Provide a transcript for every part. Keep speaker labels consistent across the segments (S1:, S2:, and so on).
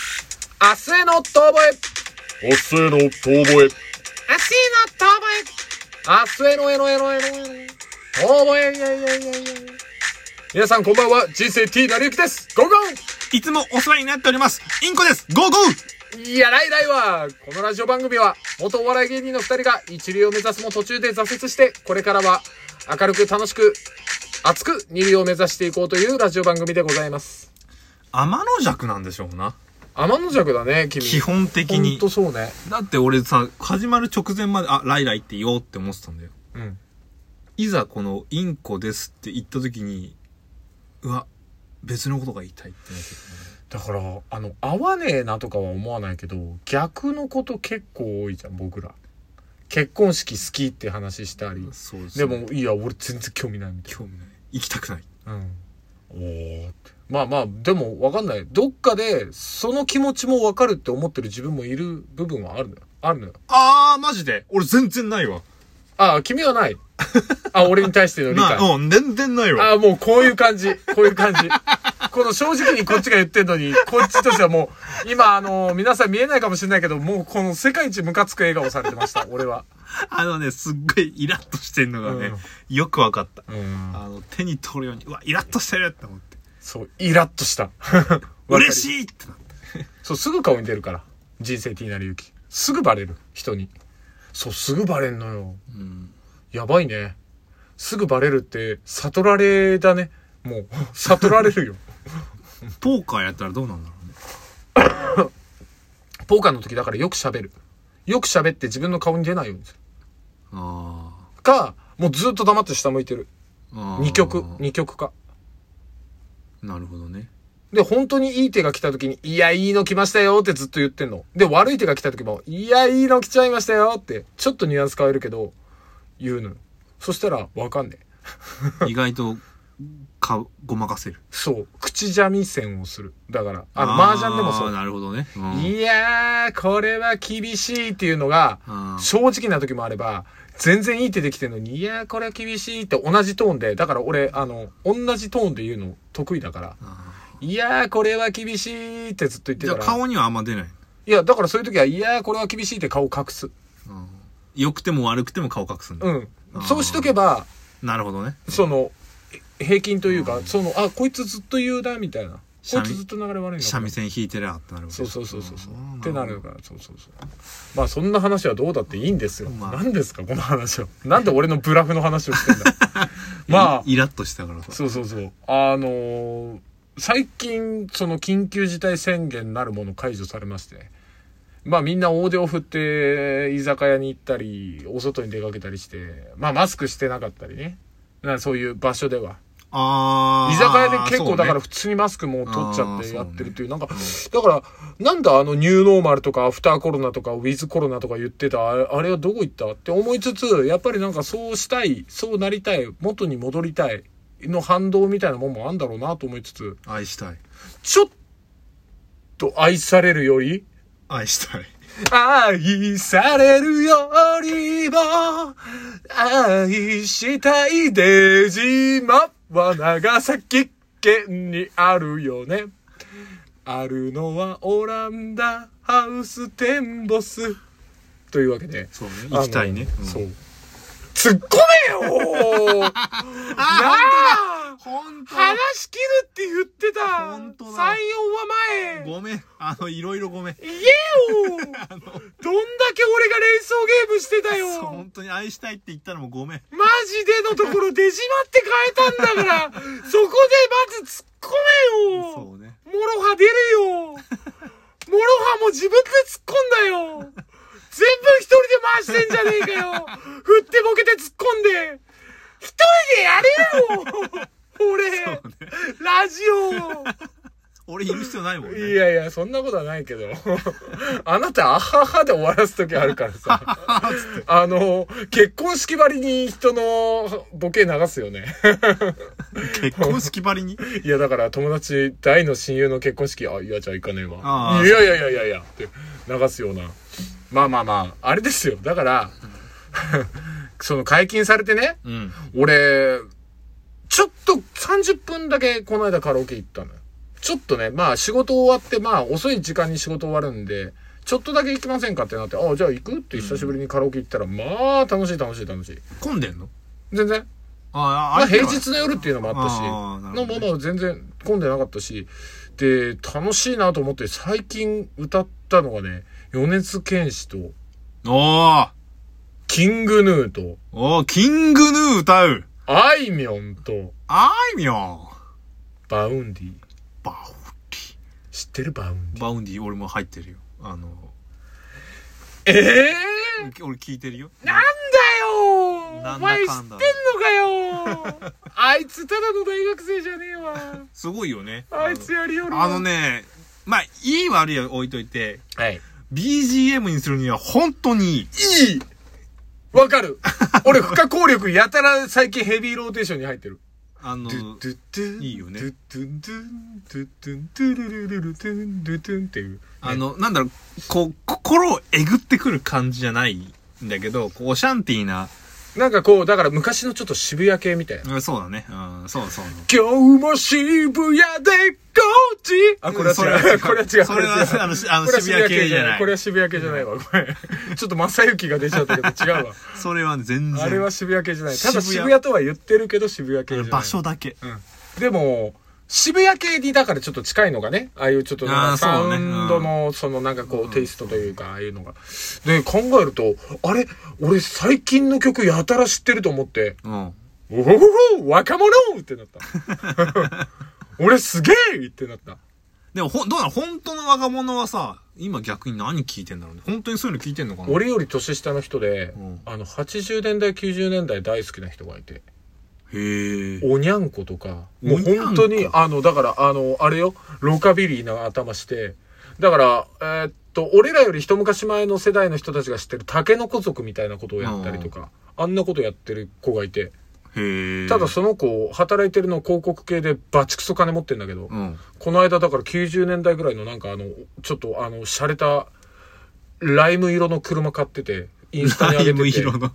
S1: 明日への遠吠え
S2: 明日への遠吠え。
S1: 明日への遠吠え明日へのえのえのえのえのえ遠吠えいやいやいやいや皆さんこんばんは、人生 T なりゆきですゴーゴ
S3: いつもお世話になっております。インコです。ゴーゴー
S1: ーいやライライはこのラジオ番組は、元お笑い芸人の二人が一流を目指すも途中で挫折して、これからは明るく楽しく、熱く二流を目指していこうというラジオ番組でございます。
S3: 天の弱なんでしょうな。
S1: 天の弱だね、君。
S3: 基本的
S1: ほん
S3: に
S1: と。そうね。
S3: だって俺さ、始まる直前まで、あ、ライライって言おうって思ってたんだよ。
S1: うん。
S3: いざこのインコですって言った時に、うわ、別のことが言いたいってなってくる
S1: だからあの合わねえなとかは思わないけど逆のこと結構多いじゃん僕ら結婚式好きって話したり
S3: ね。そうです
S1: で
S3: ね
S1: もいや俺全然興味ないみたい
S3: 興味ない。行きたくない。
S1: なうんおーってまあまあでも分かんないどっかでその気持ちも分かるって思ってる自分もいる部分はあるのよあるのよ
S3: あー、マジで俺全然ないわ。
S1: ああ君はない あ俺に対しての理解
S3: な、うん、全然ないわ。
S1: ああ、もうこういう感じ。こういう感じ。この正直にこっちが言ってんのに、こっちとしてはもう、今あの皆さん見えないかもしれないけど、もうこの世界一ムカつく笑顔されてました、俺は。
S3: あのね、すっごいイラッとしてんのがね、よくわかった。
S1: うん。
S3: あの、手に取るように、うわ、イラッとしてるって思って。
S1: そう、イラッと した。
S3: 嬉
S1: い
S3: しいってなった。
S1: そう、すぐ顔に出るから。人生 T なりゆき。すぐバレる、人に。そう、すぐバレんのよ。
S3: うん。
S1: やばいね。すぐバレるって、悟られだね。もう、悟られるよ。
S3: ポーカーやったらどうなんだろうね。
S1: ポーカーの時だからよく喋る。よく喋って自分の顔に出ないようにする。
S3: あ
S1: か、もうずっと黙って下向いてる。
S3: あ。
S1: 二曲、二曲か。
S3: なるほどね。
S1: で、本当にいい手が来た時に、いや、いいの来ましたよってずっと言ってんの。で、悪い手が来た時も、いや、いいの来ちゃいましたよって、ちょっとニュアンス変えるけど、言うのよ。そしたら、わかんねえ。
S3: 意外と、か、ごまかせる。
S1: そう、口三味線をする。だから、あの、
S3: あー
S1: 麻雀でもそう。
S3: なるほどね。うん
S1: いやー、これは厳しいっていうのが、
S3: あー
S1: 正直な時もあれば、全然いい手できてるのに、いやー、これは厳しいって同じトーンで、だから俺、あの、同じトーンで言うの得意だから、
S3: あ
S1: いやー、これは厳しいってずっと言っ
S3: ー
S1: て
S3: じゃ
S1: た
S3: あ
S1: から。
S3: 顔にはあんま出ない。
S1: いや、だからそういう時は、いやー、これは厳しいって顔を隠す。
S3: うん良くても悪くても顔隠すんだ。
S1: うん
S3: あー。
S1: そうしとけば、
S3: なるほどね。
S1: その、え平均というか、その、あ、こいつずっと言うな、みたいな。こいつずっと流れ悪いのか
S3: 三
S1: な
S3: 味。線弾いてりゃってなるわけ
S1: そうそうそうそうそう。
S3: ん
S1: ってなるから、そうそうそう。まあ、そんな話はどうだっていいんですよ。
S3: まあ
S1: 何ですか、この話は。なんで俺のブラフの話をしてんだ。 まあ、
S3: イラッとしたからさ。
S1: そうそうそう。あのー最近、その緊急事態宣言なるもの解除されまして、まあみんな大手を振って居酒屋に行ったり、お外に出かけたりして、まあマスクしてなかったりね。なそういう場所では。
S3: ああ。
S1: 居酒屋で結構だから
S3: そうね
S1: 普通にマスクもう取っちゃってやってるっていう、なんか
S3: うん、
S1: だから、なんだあのニューノーマルとかアフターコロナとかウィズコロナとか言ってた、あれあれはどこ行ったって思いつつ、やっぱりなんかそうしたい、そうなりたい、元に戻りたいの反動みたいなもんもあんだろうなと思いつつ、
S3: 愛したい。
S1: ちょっと愛されるより、
S3: 愛したい。
S1: 愛されるよりも、愛したい出島は長崎県にあるよね。あるのはオランダハウステンボス。というわけで。
S3: そうね。行きたいね
S1: あ。の
S3: ん
S1: そう。。突っ込 めよなあ
S3: 本当だ。
S1: 話切るって言ってた !3、
S3: 本
S1: 4
S3: 当だ
S1: 話前
S3: ごめん。あの、いろいろごめん。
S1: 言え よどんだけ俺が連想ゲームしてた
S3: そう
S1: よ
S3: 本当に愛したいって言ったのもごめん。
S1: マジでのところ出島って変えたんだからそ こでまず突っ込めよ
S3: そうね。
S1: モロハ出るよモ ロハも自分で突っ込んだよ全部一人で回してんじゃねえかよ振ってボケて突っ込んで一人で やれよ俺、ラジオ
S3: 俺言う必要ないもん
S1: い
S3: ね。
S1: やいや、そんなことはないけど。 あなた、アハハで終わらすときあるからさ。あの、結婚式ばりに人のボケ流すよね。
S3: 結婚式ばりに。
S1: いや、だから友達、大の親友の結婚式、あ、いや、じゃあ行かねえわ
S3: あ。あ
S1: いやいやいやいやいや、って流すような。まあまあまあ、あれですよ。だから、 その解禁されてね、
S3: うん。
S1: 俺、ちょっと30分だけこの間カラオケ行ったのよ。ちょっとね、まあ仕事終わって、まあ遅い時間に仕事終わるんで、ちょっとだけ行きませんかってなって、ああ、じゃあ行くって久しぶりにカラオケ行ったら、まあ楽しい楽しい楽しい。
S3: 混んでんの
S1: 全然。
S3: ああ、
S1: まあ
S3: あれ
S1: 平日の夜っていうのもあったし、
S3: あーなる
S1: の
S3: ほどね
S1: もまあ全然混んでなかったし、で、楽しいなと思って最近歌ったのがね、米津玄師と、
S3: おー
S1: キングヌーと、
S3: おーキングヌー歌う
S1: あいみょんと、
S3: あいみょん
S1: バウンディ。
S3: バ
S1: 知ってるバウン
S3: ウバウンディ俺も入ってるよ。あの、
S1: ディ。ええー
S3: 俺聞いてるよ。
S1: なんだよ
S3: な
S1: お
S3: んだかんだ
S1: 前知ってんのかよあいつただの大学生じゃねえわ。
S3: すごいよね。
S1: あいつやりよるわ
S3: あの。ね、まあ、いい悪いは置いといて、
S1: はい。
S3: BGM にするには本当にいい。
S1: いいわかる俺、不可抗力やたら最近ヘビーローテーションに入ってる。
S3: あ
S1: ド
S3: の、
S1: ゥドゥン
S3: いいよね
S1: ドゥドゥンドゥン、ドゥドゥン、ドゥルルルルドゥン、ドゥドゥンっていう。
S3: あの、なんだろう、こう、心をえぐってくる感じじゃないんだけど、こう、オシャンティーな、
S1: なんかこう、だから昔のちょっと渋谷系みたいな。
S3: うんそうだね。うん、そうそう。
S1: 今日も渋谷でゴーチあ、これは
S3: それは
S1: 違
S3: 違
S1: う。
S3: う
S1: これは違う。
S3: それは
S1: こ違う
S3: あのしあの
S1: これは
S3: 渋谷系じゃない
S1: これは渋谷系じゃないわ。これ。ちょっと正幸が出ちゃったけど 違うわ。
S3: それはね全然。
S1: あれは渋谷系じゃない。ただ
S3: 渋谷
S1: 渋谷とは言ってるけど渋谷系じゃない。
S3: 場所だけ。
S1: でも、渋谷系にだからちょっと近いのがね、ああいうちょっとなん
S3: あ
S1: か
S3: ーそう
S1: サ
S3: ね
S1: ウンドの、そのなんかこう、テイストというか、ああいうのが。で、考えると、あれ、俺最近の曲やたら知ってると思って、
S3: うん。
S1: おほほほ若者ってなった。 俺すげえってなった。
S3: でも、ほん、どうなの本当の若者はさ、今逆に何聞いてんだろうね。本当にそういうの聞いてんのかな
S1: 俺より年下の人で、
S3: うん
S1: あの、80年代、90年代大好きな人がいて、
S3: へえ。
S1: おにゃんことか、もう本当
S3: おに
S1: に
S3: ゃん、こ
S1: あの、だから、あの、あれよ、ロカビリーな頭して、だから、えーっと、俺らより一昔前の世代の人たちが知ってるタケノコ族みたいなことをやったりとか、あんなことやってる子がいて、
S3: へえ。
S1: ただその子、働いてるの広告系でバチクソ金持ってんだけど、
S3: うん。
S1: この間だから90年代ぐらいのなんかあの、ちょっとあの、洒落た、ライム色の車買ってて、インスタに
S3: ライ
S1: 上
S3: ム
S1: げて
S3: 色
S1: て。
S3: の。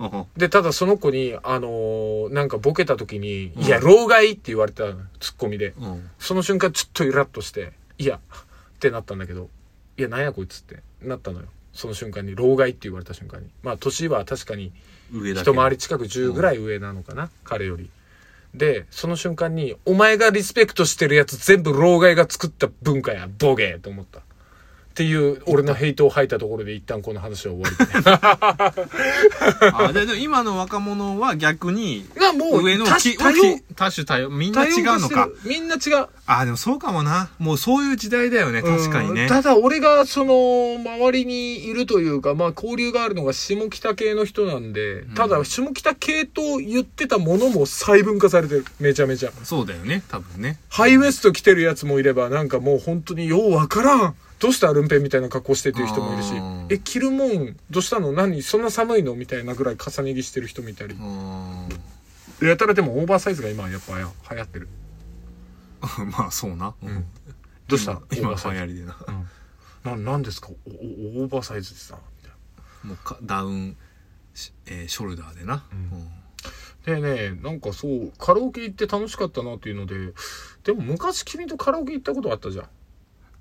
S3: うん
S1: で、ただその子に、あのーなんかボケた時に、いや、老害って言われたのツッコミで。
S3: うん。
S1: その瞬間ちょっとイラッとして、いや、ってなったんだけど、いや、なんやこいつってなったのよ。その瞬間に、老害って言われた瞬間に。まあ、年は確かに、
S3: 上だけ
S1: 一回り近く10ぐらい上なのかな、彼より。で、その瞬間に、お前がリスペクトしてるやつ全部老害が作った文化や、ボゲーと思った。っていう、俺のヘイトを吐いたところで一旦この話は終わり だね。
S3: あ、で、でも今の若者は逆に、
S1: がもう、
S3: 上の
S1: 多種
S3: き
S1: 多様
S3: き多種多様。みん
S1: 多
S3: な
S1: 様
S3: 違う
S1: 化
S3: の
S1: して
S3: か
S1: る。。みんな違う。
S3: あ、でもそうかもな。もうそういう時代だよね。確かに
S1: う
S3: ね
S1: ん。ただ俺がその周りにいるというか、まあ交流があるのが下北系の人なんで、ただ下北系と言ってたものも細分化されてる。めちゃめちゃ。
S3: そうだよね。多分ね。
S1: ハイウエスト着てるやつもいれば、なんかもう本当にようわからん。どうしたアルンペンみたいな格好してっていう人もいるし
S3: あ、ー
S1: え、着るもん、どうしたの何そんな寒いのみたいなぐらい重ね着してる人もいたり
S3: う。ん。
S1: やたらでもオーバーサイズが今やっぱ流行ってる。
S3: まあそうな。うん。
S1: どうしたオー
S3: 今
S1: バ
S3: 今
S1: ーサイ
S3: 流
S1: ズ。
S3: 行りで
S1: な、
S3: な。
S1: なんですかおおオーバーサイズでさ。みたいな
S3: もうかダウン、しえーショルダーでな。うん
S1: でね、なんかそう、カラオケ行って楽しかったなっていうので、でも昔君とカラオケ行ったことあったじゃん。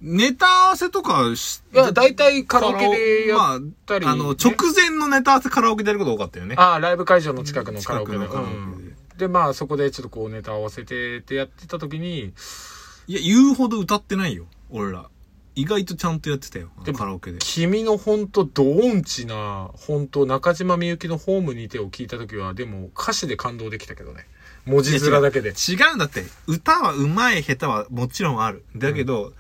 S3: ネタ合わせとかし、
S1: いや、大体カラオケでや
S3: ま
S1: ったり、
S3: あ、あの、直
S1: ね
S3: 前のネタ合わせカラオケでやること多かったよね。
S1: ああ、ライブ会場の近くのカラオケで。
S3: 近くのカラオケで
S1: うんで、まあそこでちょっとこうネタ合わせてってやってた時に、
S3: いや、言うほど歌ってないよ。俺ら。意外とちゃんとやってたよ。あの
S1: でも
S3: カラオケで。
S1: 君のほんとドーンチな、ほんと中島みゆきのホームにてを聞いた時は、でも歌詞で感動できたけどね。文字面だけで。
S3: 違うんだって。歌は上手い下手はもちろんある。だけど、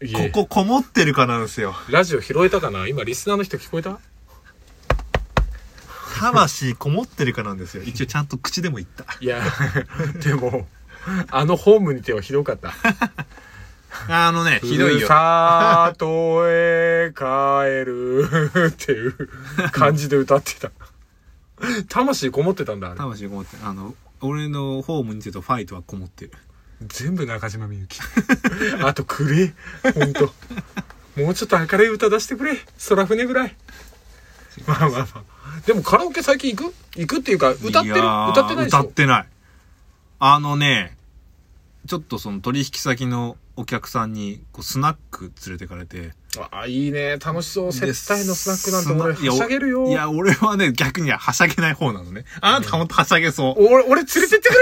S1: い
S3: こ
S1: え
S3: ここもってるかなんですよ。
S1: ラジオ拾えたかな今リスナーの人聞こえた
S3: 魂こもってるかなんですよ。一応ちゃんと口でも言った。
S1: い や、でも、 あのホームにてはひどかった。
S3: あのね、ひどい
S1: ふる
S3: よ。
S1: さとへ帰るっていう感じで歌ってた。魂こもってたんだ、あれ。
S3: 魂こもってる。あの、俺のホームにてとファイトはこもってる。
S1: 全部中島みゆき。あとくれ。ほんと。もうちょっと明るい歌出してくれ。空船ぐらい。まあまあまあ。でもカラオケ最近行く行くっていうか、歌ってる
S3: いやー
S1: 歌ってないでし
S3: 歌っ
S1: ょ
S3: てない。あのね、ちょっとその取引先のお客さんにこうスナック連れてかれて
S1: あ、いいね。楽しそう。接
S3: で
S1: 待のスナックなんて
S3: ス
S1: 俺、
S3: ナ
S1: はしゃげるよ。
S3: いや俺はね逆にははしゃげない方なのねあなたほんとはしゃげそう
S1: 俺、俺連れてってく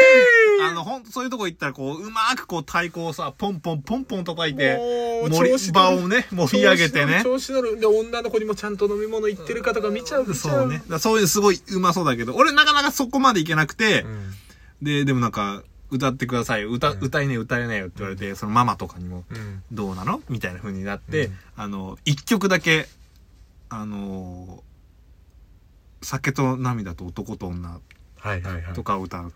S1: れ
S3: あの、ほんとそういうとこ行ったら、こう、うまくこう、太鼓をさ、ポンポンポンポン叩いて、
S1: もう
S3: 盛
S1: 調
S3: り、
S1: 子
S3: 場
S1: 乗る
S3: をね、盛り上げてね。
S1: 調子乗る。調子乗るで、女の子にもちゃんと飲み物行ってるかとか見ちゃう。見ちゃ
S3: そうね。だからそういうすごいうまそうだけど、俺なかなかそこまでいけなくて、
S1: うん
S3: で、でもなんか、歌ってください。歌、
S1: うん
S3: 歌えねえ、歌えねえよって言われて、そのママとかにも、
S1: うん。
S3: どうなのみたいな風になって、
S1: うん
S3: あの、一曲だけ、あのー酒と涙と男と女
S1: はいはいはい。
S3: とかを歌う。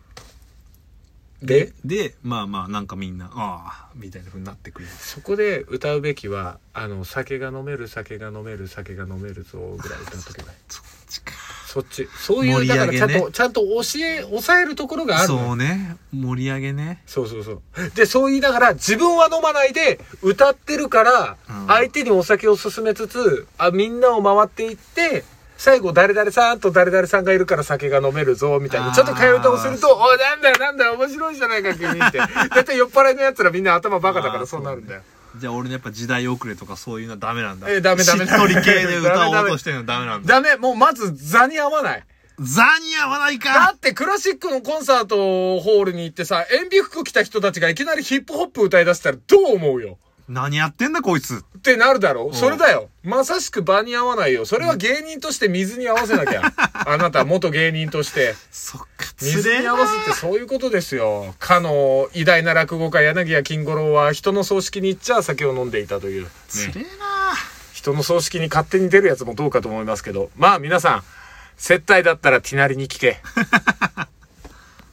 S1: で、
S3: で、まあまあ、なんかみんな、ああ、みたいな風になってくる。
S1: そこで歌うべきは、あの、酒が飲める、酒が飲める、酒が飲めるぞ、ぐらい歌っとけばいい。
S3: そっちか。
S1: そっち。そういう、
S3: 盛り
S1: だ
S3: 上
S1: か
S3: げ
S1: ら
S3: ね
S1: ちゃんと、ちゃんと教え、抑えるところがあるのよ
S3: そうね。盛り上げね。
S1: そうそうそう。で、そう言いながら、自分は飲まないで、歌ってるから
S3: うん、
S1: 相手にお酒を勧めつつ、あ、みんなを回っていって、最後、誰々さんと誰々さんがいるから酒が飲めるぞ、みたい
S3: あ
S1: な。
S3: ー
S1: ちょっと替え歌をすると、おい、なんだよ、なんだよ、面白いじゃないか、君って。だいたい酔っ払いの奴らみんな頭バカだか
S3: あー
S1: らそうなるんだよ。
S3: じゃあ俺のやっぱ時代遅れとかそういうのはダメなんだ。
S1: えダメダメ
S3: しっとり系
S1: ダ
S3: で
S1: メ
S3: 歌
S1: ダ
S3: おう
S1: メ
S3: としてるのダメなんだ。
S1: ダメ、もうまず、座に合わない。
S3: ザに合わない
S1: だ
S3: か
S1: ってクラシックのコンサートホールに行ってさ、塩ビ服着た人たちがいきなりヒップホップ歌い出したらどう思うよ
S3: 何やってんだこいつ。
S1: ってなるだろ
S3: ん
S1: うそれだよ。まさしく場に合わないよ。それは芸人として水に合わせなき ゃ。あなた、元芸人として。
S3: そっか、つ
S1: 水
S3: れえ
S1: に
S3: な
S1: 合わせってそういうことですよ。かの偉大な落語家柳家金五郎は人の葬式に行っちゃ酒を飲んでいたという。ね
S3: つれえな
S1: 人の葬式に勝手に出るやつもどうかと思いますけど。まあ皆さん、接待だったらティナリに聞け。